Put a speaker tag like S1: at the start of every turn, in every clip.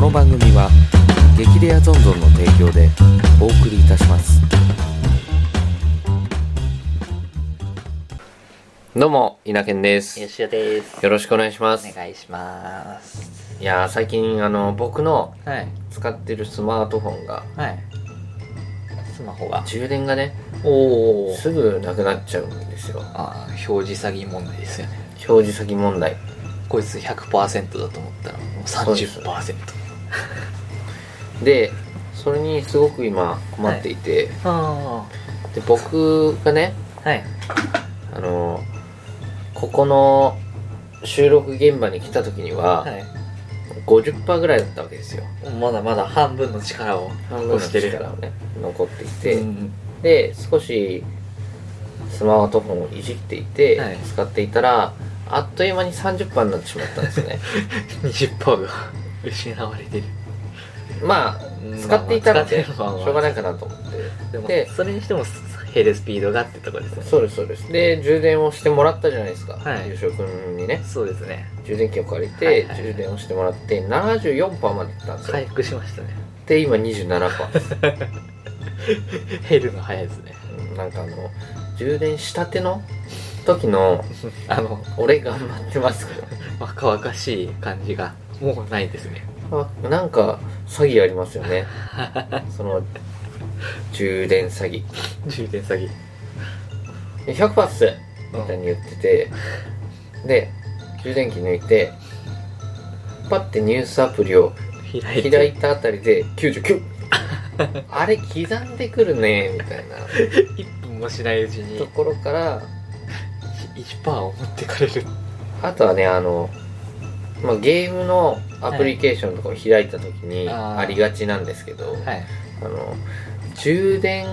S1: の番組は激レアゾンゾンの提供でお送りいたしますどうも稲健です
S2: よしおです。
S1: よろしくお願いします
S2: お願いします。
S1: いやー最近あの僕の
S2: はい。
S1: 使ってるスマートフォンが
S2: はい。スマホが。
S1: 充電がね
S2: おお。
S1: すぐなくなっちゃうんですよ
S2: あー表示詐欺問題ですよね。
S1: 表示先問題
S2: こいつ100%だと思ったらもう
S1: そうです
S2: 30%。
S1: でそれにすごく今困っていて、
S2: あ
S1: で僕がね
S2: あ。はい。
S1: あのここの収録現場に来た時には、
S2: はい。
S1: 50%ぐらいだったわけですよ
S2: まだまだ半分の力を
S1: 半分の
S2: 残してる。
S1: 力をね残っていて、
S2: うん
S1: で少しスマートフォンをいじっていて、
S2: はい
S1: 使っていたらあっという間に30%になってしまったんですよ ね
S2: 20%が 失われてる。
S1: まあ
S2: うん
S1: 使っていたのでし
S2: まあまあ使ってるのはまあ
S1: ょうがないかなと思って
S2: でも
S1: で
S2: それにしても減るスピードがってとこですね。
S1: そうですそうですで充電をしてもらったじゃないですか、
S2: はい
S1: 優勝君にね
S2: そうですね。
S1: 充電器を借りて、
S2: はいはいはい
S1: 充電をしてもらって74%までいったんですよ、
S2: 回復しましたね。
S1: で今27%
S2: 減るの早いですね。
S1: うんなんかあの充電したての時の
S2: あの、
S1: 俺頑張ってますけど
S2: 若々しい感じがもうないですね
S1: あなんか詐欺ありますよねその充電詐欺
S2: 充電詐欺
S1: 100%っすみたいに言っててで充電器抜いてパッてニュースアプリを
S2: 開いて
S1: 開いたあたりで99 あれ刻んでくるねみたいな
S2: 1分もしないうちに
S1: ところから
S2: 1%を持ってかれる
S1: あとはねあの、まあ、ゲームのアプリケーションとかを開いた時に
S2: はいあー
S1: ありがちなんですけど、
S2: はい
S1: あの充電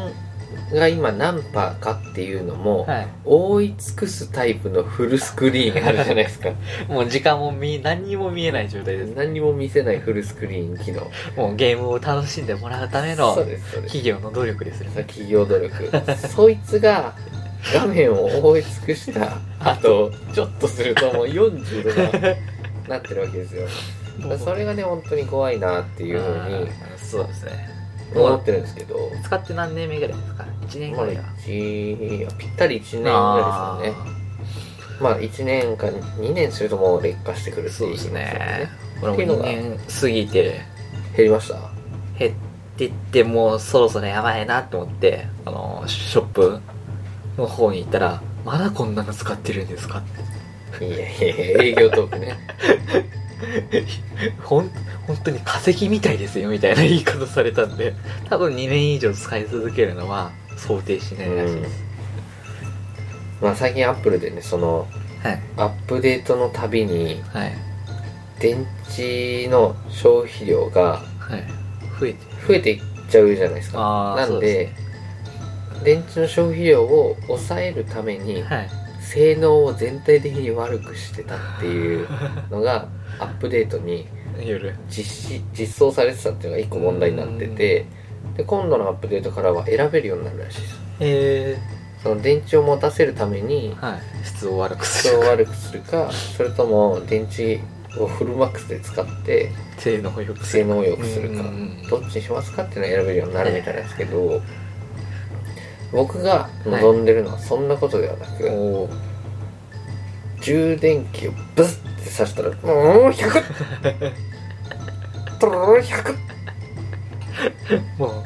S1: が今何パーかっていうのも、
S2: はい
S1: 覆い尽くすタイプのフルスクリーンあるじゃない ですか
S2: もう時間も見何にも見えない状態です
S1: 何にも見せないフルスクリーン機能
S2: もうゲームを楽しんでもらうための
S1: そうですそうです
S2: 企業の努力ですよね
S1: 企業努力そいつが画面を覆い尽くした後ちょっとするともう40度がなってるわけ ですよだからそれがね本当に怖いなっていうふうに
S2: あーそうですね
S1: 思ってるんですけど
S2: 使って何年目ぐらいですか1年ぐ
S1: まあ
S2: らいは
S1: 一ぴったり1年ぐ
S2: あ
S1: らいですよねまあ1年か2年するともう劣化してくるっ
S2: ー
S1: て
S2: そう
S1: 言い
S2: で
S1: ますよ
S2: ね
S1: ね
S2: これも2年過ぎて
S1: 減りました
S2: 減ってってもうそろそろやばいなと思ってあのショップの方に行ったらまだこんなの使ってるんですかって
S1: いやいやいや営業トークね
S2: ほん本当に化石みたいですよみたいな言い方されたんで多分2年以上使い続けるのは想定しないらしいです、
S1: まあ最近アップルでねその
S2: はい
S1: アップデートのたびに
S2: はい
S1: 電池の消費量が
S2: はい増えて
S1: 増えていっちゃうじゃないですか
S2: ああ
S1: なん
S2: そう
S1: で
S2: です
S1: 電池の消費量を抑えるために
S2: ねはい
S1: 性能を全体的に悪くしてたっていうのがアップデートに
S2: 夜
S1: 実施実装されてたっていうのが一個問題になっててで今度のアップデートからは選べるようになるらしいです
S2: え
S1: その電池を持たせるために
S2: ー、はい質を悪くす
S1: 人を
S2: る
S1: 悪くするかそれとも電池をフルマックスで使って
S2: 性能を良くす
S1: 性
S2: る
S1: 能を良くするか
S2: うんうんうん
S1: どっちにしますかっていうのを選べるようになるみたいなんですけど僕が望んでるのはそんなことではなく、
S2: おー
S1: 充電器をブスって刺したら「もう100! トロロロ100!
S2: も」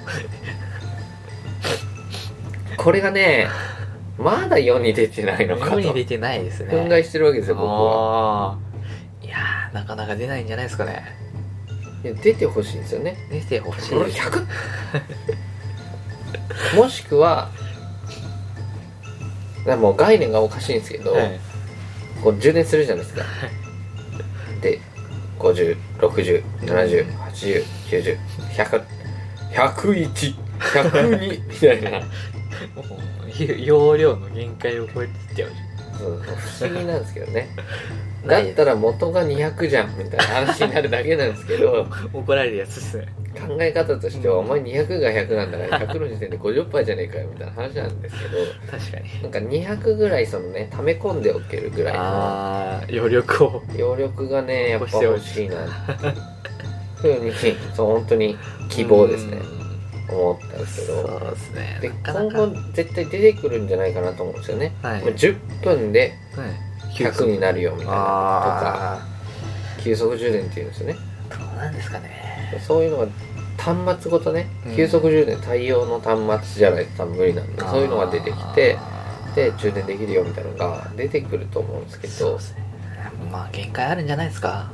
S1: これがねまだ世に出てない の
S2: う
S1: か
S2: 世
S1: と
S2: に出てないですね
S1: 憤慨してるわけですよ僕は
S2: ああいやーなかなか出ないんじゃないですかね
S1: いや出てほしいんですよね
S2: 出てほし
S1: トロロ
S2: い
S1: 100! もしくはもう概念がおかしいんですけど、
S2: はい
S1: こう充電するじゃないですかで5060708090100100101102みたいな
S2: もう 容量の限界を超えてっちゃう
S1: そう不思議なんですけどね
S2: な
S1: だ
S2: い
S1: っ
S2: です
S1: たら元が200じゃんみたいな話になるだけなんですけど
S2: 怒られるやつですね
S1: 考え方としてはお前200が100なんだから100の時 点で50%じゃねえかよみたいな話なんですけど
S2: 確かに
S1: なんか200ぐらいそのね溜め込んでおけるぐらいの
S2: ああ余力を
S1: 揚力がねやっぱ欲しいなふうにそう本当に希望ですね
S2: うん
S1: 思ったんですけど
S2: そうですね
S1: で
S2: なか
S1: 今
S2: なかは
S1: 後絶対出てくるんじゃないかなと思うんですよね、
S2: い
S1: まあ10分で
S2: はい
S1: 100になるよみたいなとか
S2: あ
S1: 急速充電っていうんですよね
S2: あどうなんですかね
S1: そういうのが端末ごとね
S2: うん
S1: 急速充電対応の端末じゃないと多分無理なんでそういうのが出てきて
S2: あー
S1: で充電できるよみたいなのが出てくると思うんですけ
S2: そう
S1: ど
S2: ですねまあ限界あるんじゃないですか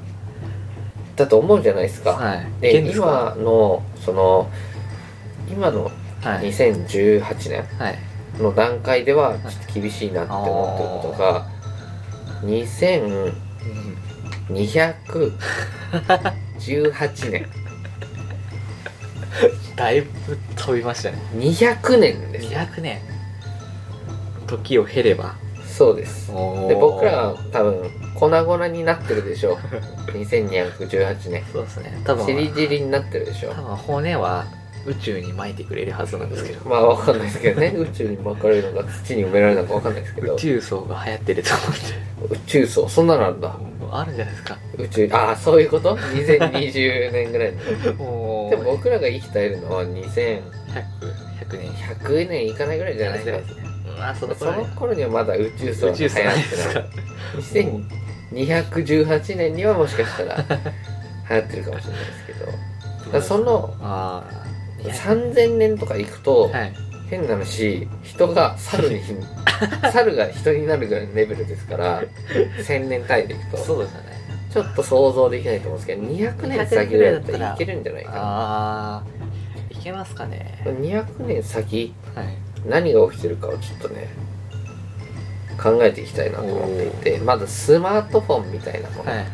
S1: だと思うじゃないですか、
S2: はい
S1: で
S2: 限ですか
S1: 今のその今の
S2: はい
S1: 2018年
S2: はい
S1: の段階ではちょっと厳しいなって思ってることが2218年
S2: だいぶ飛びましたね
S1: 200年です
S2: 200年時を経れば
S1: そうですで
S2: で
S1: 僕らは多分粉々になってるでしょう2218年
S2: そうですね多
S1: ちり
S2: 分
S1: ぢりになってるでしょう
S2: 多分骨は宇宙に撒いてくれるはずなんですけど
S1: まあわかんないですけどね宇宙に巻かれるのか土に埋められるのかわかんないですけど
S2: 宇宙層が流行ってると思
S1: 宇宙層そんなのあんだ
S2: ってもうあるんじゃないですか
S1: 宇宙ああそういうこと2020年ぐ らいの
S2: も
S1: で
S2: う
S1: も僕らが生きているのは2100
S2: 100, 100年
S1: 年いかないぐらいじゃないですか
S2: ねまあその
S1: そ
S2: 頃
S1: の
S2: ね
S1: 頃にはまだ宇宙層
S2: 宇
S1: が流行っ
S2: 宙層
S1: て
S2: な
S1: ない
S2: いですか
S1: 2218年にはもしか したら流行ってるかもしれないですけどだからその
S2: ああいや
S1: 3000年とか行くと、
S2: はい
S1: 変な話人が猿に 猿が人になるぐらいのレベルですから1000年単位でいくと
S2: そうですよね
S1: ちょっと想像できないと思うんですけど200年先ぐらいだったらいけるんじゃないかな
S2: ああいけますかね
S1: 200年先
S2: はい
S1: 何が起きてるかをちょっとね考えていきたいなと思っていてまずスマートフォンみたいなもの、
S2: はい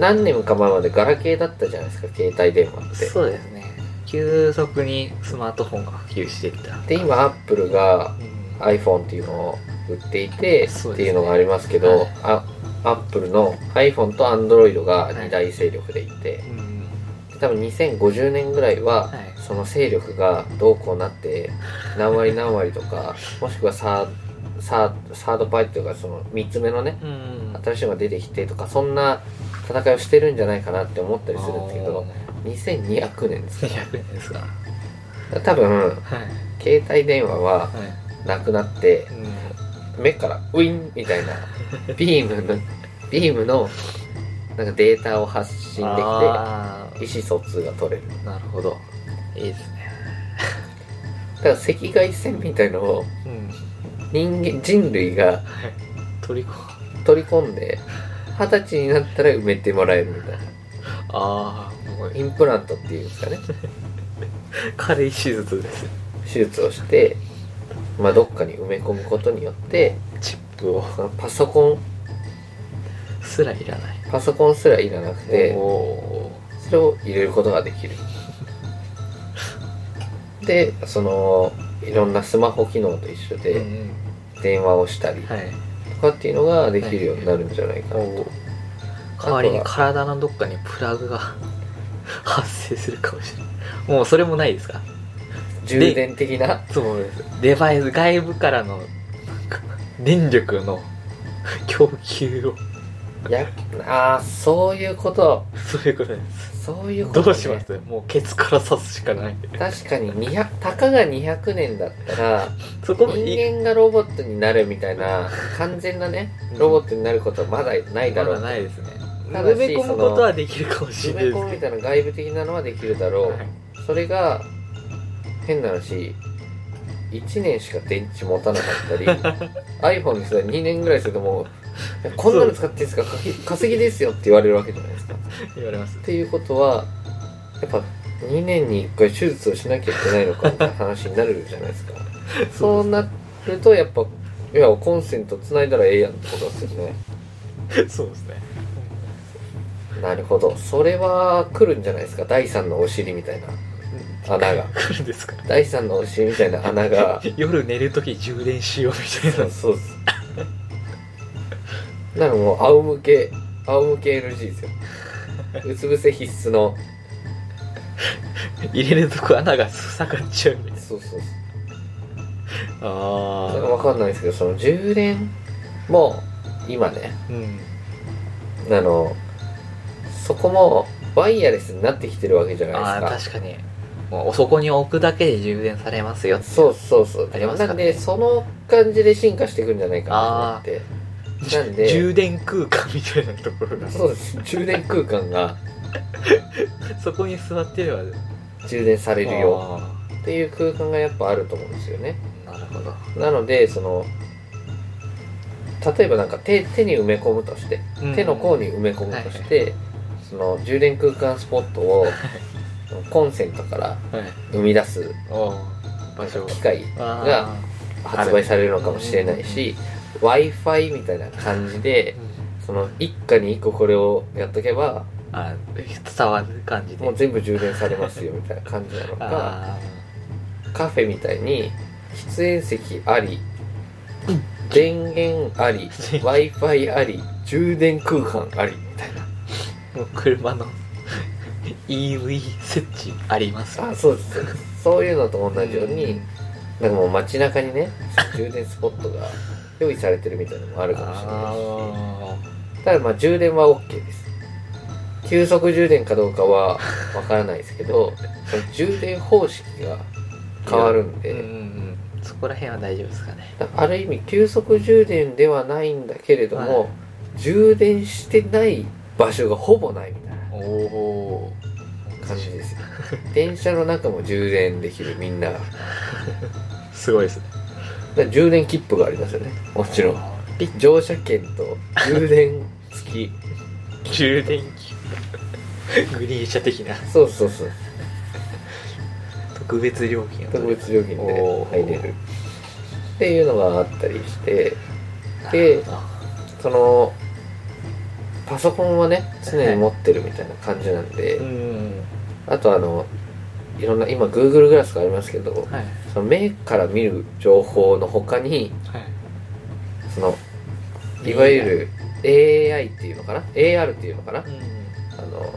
S1: 何年か前までガラケーだったじゃないですか携帯電話って
S2: そうですね急速にスマートフォンが普及していった
S1: で今アップルが
S2: うん
S1: iPhone っていうのを売っていて、
S2: そう
S1: っ
S2: ですね
S1: ていうのがありますけ
S2: は
S1: ど
S2: い、
S1: あアップルの iPhone と Android が二大勢力でいて、
S2: うん
S1: 多分2050年ぐらいは、
S2: はい
S1: その勢力がどうこうなって何割何割とかもしくはサーサーサードパイというかその3つ目のね
S2: うん
S1: 新しいのが出てきてとかそんな戦いをしてるんじゃないかなって思ったりするんですけど2200年ですか
S2: 200年ですかは
S1: ら多分
S2: い
S1: 携帯電話は
S2: はい
S1: なくなって
S2: う
S1: 目からウィンみたいなビームのビームのなんかデータを発信で
S2: あ
S1: きて意思疎通が取れる
S2: ーなるほどいいですね
S1: だから赤外線みたいのを
S2: うん
S1: 人間人類が
S2: 取りこ
S1: 取り込んで二十歳になったら埋めてもらえるみたいな
S2: ああもう
S1: インプラントっていうんですかね
S2: 軽い手術です
S1: 手術をして、まあ、どっかに埋め込むことによって
S2: チップを
S1: そのパソコン
S2: すらいらない
S1: パソコンすらいらなくて
S2: お
S1: それを入れることができるでそのいろんなスマホ機能と一緒
S2: ー
S1: で
S2: うん
S1: 電話をしたり
S2: うんはい
S1: とかっていうのができるようになるんじゃないかなと
S2: 代わりに体のどっかにプラグが発生するかもしれないもうそれもないですか
S1: 充電的な
S2: そうですデバイス外部からのなんか電力の供給を
S1: やあーそういうこと
S2: そういうことです
S1: そういうこと、
S2: ど
S1: ね、
S2: うしますもうケツから刺すしかない
S1: 確かに200たかが200年だったら
S2: そ
S1: 人
S2: こもいい
S1: 間がロボットになるみたいな完全なねロボットになることはまだないだ
S2: ま
S1: ろ
S2: だ
S1: う
S2: ないですね
S1: ただ
S2: 埋
S1: し
S2: め込むことはできるかもし
S1: 埋め
S2: れないです
S1: 込む
S2: け
S1: みたいな外部的なのはできるだ
S2: ど
S1: ろう、
S2: はい
S1: それが変な話1年しか電池持たなかった り iPhone にすら2年ぐらいするともうこんなの使っていいですか稼ぎ稼ぎですよって言われるわけじゃないですか
S2: 言われます
S1: っていうことはやっぱ2年に1回手術をしなきゃいけないのかみたいな話になるじゃないですか そうなるとやっぱいやコンセント繋いだらええやんってことですよね
S2: そうですね
S1: なるほどそれは来るんじゃないですか第3のお尻みたいな穴が
S2: 来るんですか
S1: 第3のお尻みたいな穴が
S2: 夜寝るとき充電しようみた
S1: そ
S2: いう
S1: そうですなのもう仰向け仰向け NG ですようつ伏せ必須の
S2: な入れるとこ穴が塞がっちゃうみたいな
S1: そうそうそうなんか
S2: あ
S1: わかんないですけどその充電も今ね
S2: あうん
S1: あのそこもワイヤレスになってきてるわけじゃない
S2: ああ
S1: ですか
S2: 確かにもうそこに置くだけで充電されますよって
S1: そうそうそう
S2: あります
S1: な
S2: かね
S1: んでその感じで進化していくんじゃないかなと思ってなんで
S2: 充電空間みたいなところが
S1: そうです充電空間が
S2: そこに座ってれば
S1: 充電されるよ
S2: あ
S1: っていう空間がやっぱあると思うんですよね
S2: ーなるほど
S1: なのでその例えばなんか手手に埋め込むとして手の甲
S2: に
S1: に埋め込むとして、その充電空間スポット をコンセントから生み出す
S2: お場所
S1: 機械が
S2: あ
S1: 発売されるのかもしれないし w i f i みたいな感じで
S2: ーうん
S1: その一家に一個これをやっとけば
S2: あ伝わる感じで
S1: もう全部充電されますよみたいな感じなのか
S2: あ
S1: カフェみたいに喫煙席あり電源あ り w i f i あり充電空間ありみたいな
S2: ーもう車の EV 設置あります
S1: あそうですそうですそういうのと同じよう
S2: う
S1: に
S2: ん
S1: なんかもう街中にね充電スポットが用意されてるみたいなのもあるかもしれないし
S2: あ
S1: ただまあ充電は OK です急速充電かどうかはわからないですけど その充電方式が変わるん
S2: ー
S1: で、
S2: うんうんうんそこら辺は大丈夫ですかね
S1: だからある意味急速充電ではないんだけれども、
S2: はい
S1: 充電してない場所がほぼないみたいな
S2: おお
S1: 感じ ですよ電車の中も充電できるみんながだか
S2: すごいですね
S1: ら充電切符がありますよねもちろん
S2: ピッ
S1: 乗車券と充電付き
S2: 充電器 グリーン車的な
S1: そうそうそう
S2: 特別料金を
S1: 特別料金で
S2: おー
S1: 入れるっていうのがあったりして
S2: で
S1: でそのパソコンはね常に持ってるみたいな感じなんで、
S2: うん
S1: あとあのいろんな今 Google グラスがありますけど
S2: はい
S1: その目から見る情報の他に
S2: はい
S1: そのいわゆる AI っていうのかな AR っていうのかなあの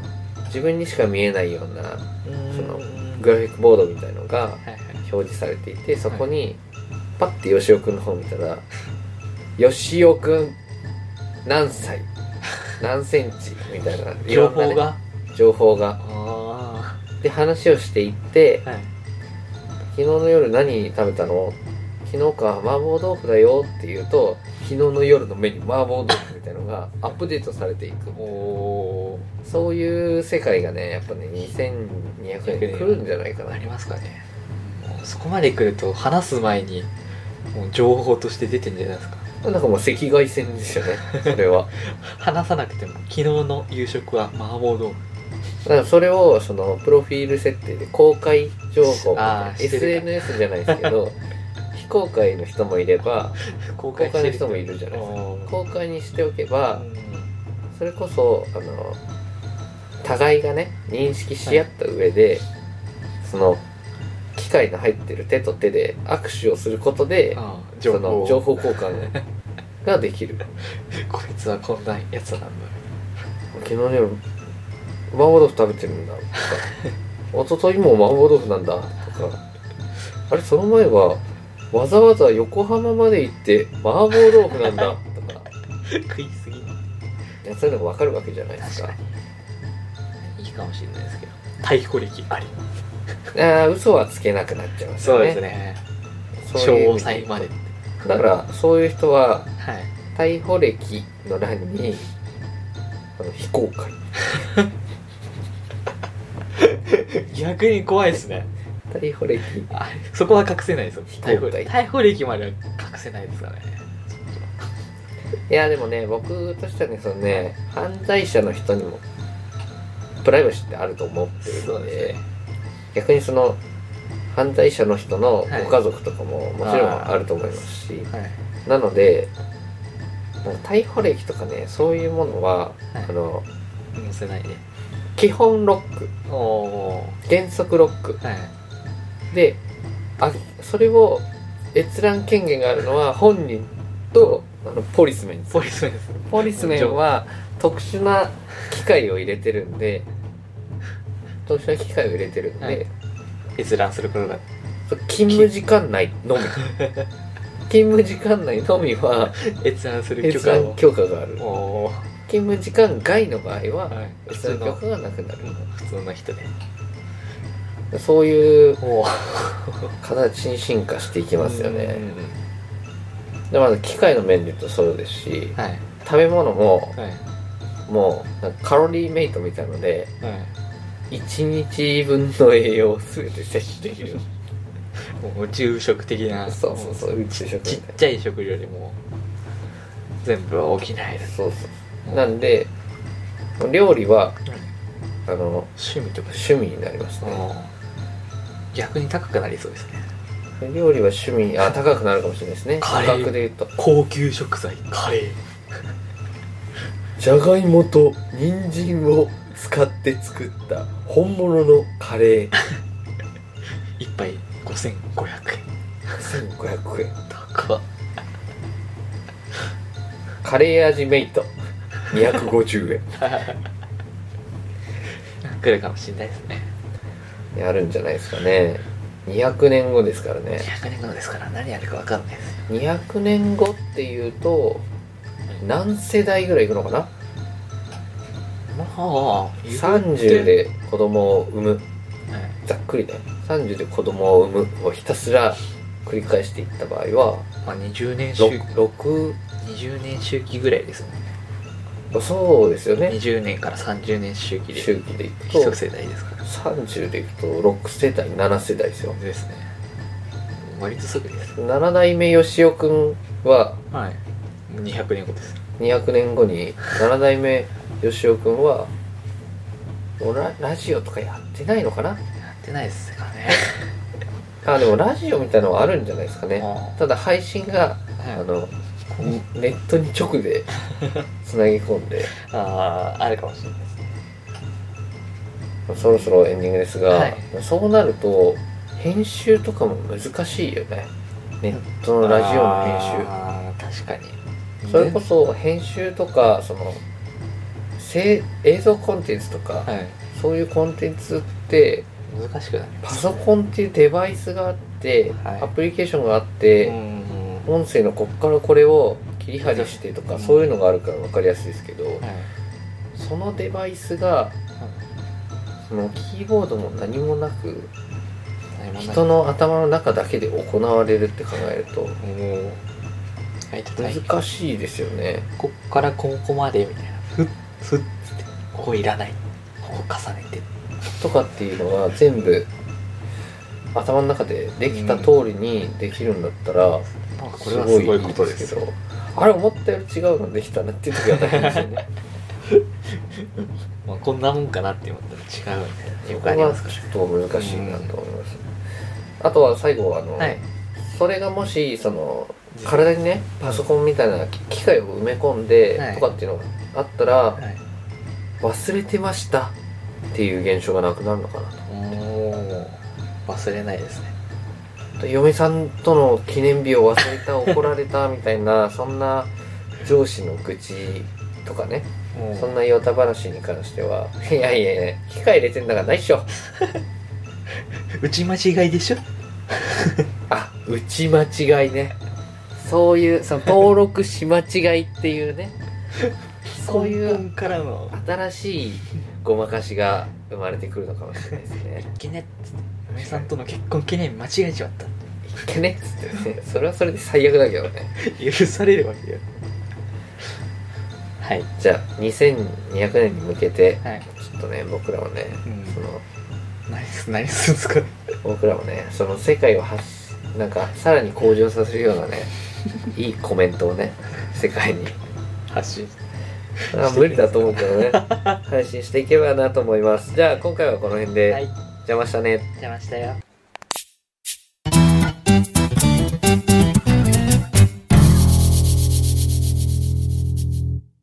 S1: 自分にしか見えないような
S2: うん
S1: その
S2: うん
S1: グラフィックボードみたいのが
S2: はいはい
S1: 表示されていてそこにパッて吉尾くんの方見たら 「吉尾くん何 歳何センチ」みたいな
S2: 情
S1: いろ
S2: 報
S1: んなね
S2: が
S1: 情報が
S2: あ
S1: で話をしていって
S2: あはい
S1: 「昨日の夜何食べたの?」「昨日か麻婆豆腐だよ」って言うと昨日の夜のメニュー麻婆豆腐みたいの がアップデートされていく
S2: おお
S1: そういう世界がねやっぱね2200円で来るんじゃない かな
S2: ありますかねもうそこまで来ると話す前にもう情報として出てんじゃないですか
S1: なんかもう赤外線ですよねそれは
S2: 話さなくても昨日の夕食は麻婆豆腐
S1: だからそれをそのプロフィール設定で公開情報みたいな
S2: あーしてるか
S1: SNS じゃないですけど非公開の人もいれば
S2: 公
S1: 公開
S2: して
S1: の
S2: る
S1: 人もいるじゃないですか
S2: おー
S1: 公開にしておけば
S2: うん
S1: それこそあの互いがね認識し合った上で、その機械の入ってる手と手で握手をすることで
S2: ああ
S1: そ
S2: 情報
S1: の情報交換ができる
S2: こいつはこんなやつなんだ
S1: 昨日の夜麻婆豆腐食べてるんだとか一昨日も麻婆豆腐なんだとかあれその前はわざわざ横浜まで行って麻婆豆腐なんだとか
S2: 食いすぎ
S1: いやそういうのが分かるわけじゃないですか
S2: にいいかもしれないですけど逮捕歴あり
S1: あー嘘はつけなくなっちゃいますよね
S2: ね
S1: そういう意
S2: 詳
S1: 味で
S2: 細まで
S1: だからそういう人は
S2: はい
S1: 逮捕歴の欄にあの非公開
S2: 逆に怖いですね
S1: 逮捕歴
S2: あそこは隠せないですよ
S1: 逮
S2: 逮
S1: 捕
S2: 捕
S1: 歴
S2: 歴逮捕歴までは隠せないですからね
S1: いやでもね僕としてはねそのね犯罪者の人にもプライバシーってあると思ってるので逆にその犯罪者の人のご家族とかももちろんあると思いますし、
S2: はい
S1: なのでなんか逮捕歴とかねそういうものは、
S2: はい
S1: あの
S2: 載せないで
S1: 基本ロック
S2: おお
S1: 原則ロック
S2: ーはい
S1: であそれを閲覧権限があるのは本人とあのポリスメンです
S2: ポリスメンです
S1: ポリスメンは特殊な機械を入れてるんで特殊な機械を入れてるんで、
S2: はい閲覧することが
S1: 勤務時間内の み勤務時間内のみは
S2: 閲覧する許
S1: 閲
S2: 可
S1: 覧
S2: を
S1: 許可がある
S2: おおー
S1: 勤務時間外の場合は、
S2: はい普
S1: そういう
S2: 通の
S1: 許可がなくなる
S2: 普通の人で
S1: そういう
S2: おお
S1: 形に進化していきますよ
S2: う
S1: ね
S2: ん
S1: でまず機械の面で言うとそうですし
S2: はい
S1: 食べ物も
S2: はい
S1: もうなんかカロリーメイトみたいので
S2: はい
S1: 1日分の栄養を全て摂取できる
S2: もう宇宙食的な
S1: そうそうそう宇宙食
S2: ち
S1: み
S2: った
S1: い
S2: ちゃい食料でもう全部は補える
S1: なそうそうなんで料理はあの
S2: 趣味とか
S1: 趣味になりますね
S2: 逆に高くなりそうですね
S1: 料理は趣味あ高くなるかもしれないですね
S2: カ
S1: 価
S2: レー
S1: 格で言うと
S2: 高級食材カレー
S1: じゃがいもと人参を使って作った本物のカレー
S2: 一杯5500円
S1: 1500円
S2: 高っ
S1: カレー味メイト250円
S2: 来るかもしれないですね
S1: やるんじゃないですかね200年後ですからね
S2: 200年後ですから何やるか分かんないですよ
S1: 200年後っていうと何世代ぐらいいくのかな
S2: まあ
S1: 30で子供を産む
S2: はい
S1: ざっくりね30で子供を産むをひたすら繰り返していった場合は
S2: まあ20年周期
S1: 6, 6
S2: 20年周期ぐらいですね
S1: そうですよね
S2: 20年から30年周期で
S1: 周期でいくと
S2: 一世代ですから
S1: 30でいくと6世代7世代ですよ
S2: ですね割とすぐです
S1: 7代目よしおくんは
S2: はい200年後です
S1: 200年後に7代目よしおくんはもうララジオとかやってないのかな
S2: やってないですからね
S1: あでもラジオみたいなのはあるんじゃないですかね
S2: あ
S1: ただ配信があ
S2: あ
S1: のネットに直でつなぎ込んで
S2: あーあるかもしれないですね
S1: そろそろエンディングですが、
S2: はい
S1: そうなると編集とかも難しいよねネットのラジオの編集
S2: あー確かに
S1: それこそ編集とかそのせ映像コンテンツとか、
S2: はい
S1: そういうコンテンツって
S2: 難しくなり
S1: パ
S2: ます
S1: ソコンっていうデバイスがあって、
S2: はい
S1: アプリケーションがあって、
S2: んは
S1: 音声のこっからこれを切り張りしてとか、
S2: うん
S1: そういうのがあるから分かりやすいですけど、
S2: い
S1: そのデバイスがそのキーボードも何もなく
S2: 何もない
S1: 人の頭の中だけで行われるって考えると
S2: もうはいちょっとはい
S1: 難しいですよね。
S2: こっからここまでみたいなふっふっつってここいらないここ重ねて
S1: とかっていうのが全部頭の中でできた通りにできるんだったら、
S2: なんか
S1: これはすごいことですけどあれ思ったより違うのできたなっていう時は大変ですよ ね
S2: まあ、こんなもんかなって思ったら違うみたいな
S1: そ
S2: よ
S1: こ
S2: くあり
S1: は
S2: ますか
S1: ちょっと難しいなと思います、あとは最後あの、
S2: らはい
S1: それがもしその体にねパソコンみたいな機械を埋め込ん
S2: はい
S1: でとかっていうのがあったら、
S2: はい
S1: 忘れてましたっていう現象がなくなるのかなと
S2: おー忘れないですね
S1: 嫁さんとの記念日を忘れた怒られたみたい なそんな上司の愚痴とかねそんなヨタ話に関しては「いやいやいや機械入れてんだからないっしょ」
S2: 打ち間違いでしょ
S1: あ打ち間違いねそういうその登録し間違いっていう ねそうい
S2: 根
S1: う
S2: 本からの
S1: 新しいごまかしが生まれてくるのかもしれないですね
S2: いけねっつって嫁さんとの結婚記念日間違えちまっ
S1: いっけねっつってねそれはそれで最悪だけどね
S2: た許されるわけよはい
S1: じゃあ2200年に向けて
S2: はい
S1: ちょっとね僕らもね
S2: うん
S1: その
S2: 何す何すんですか
S1: 僕らもねその世界を発しなんかさらに向上させるようなねいいコメントをね世界に
S2: 発信
S1: あ無理だと思うけどね配信していけばなと思いますじゃあ今回はこの辺で、
S2: はい
S1: 邪魔したね
S2: 出ましたよ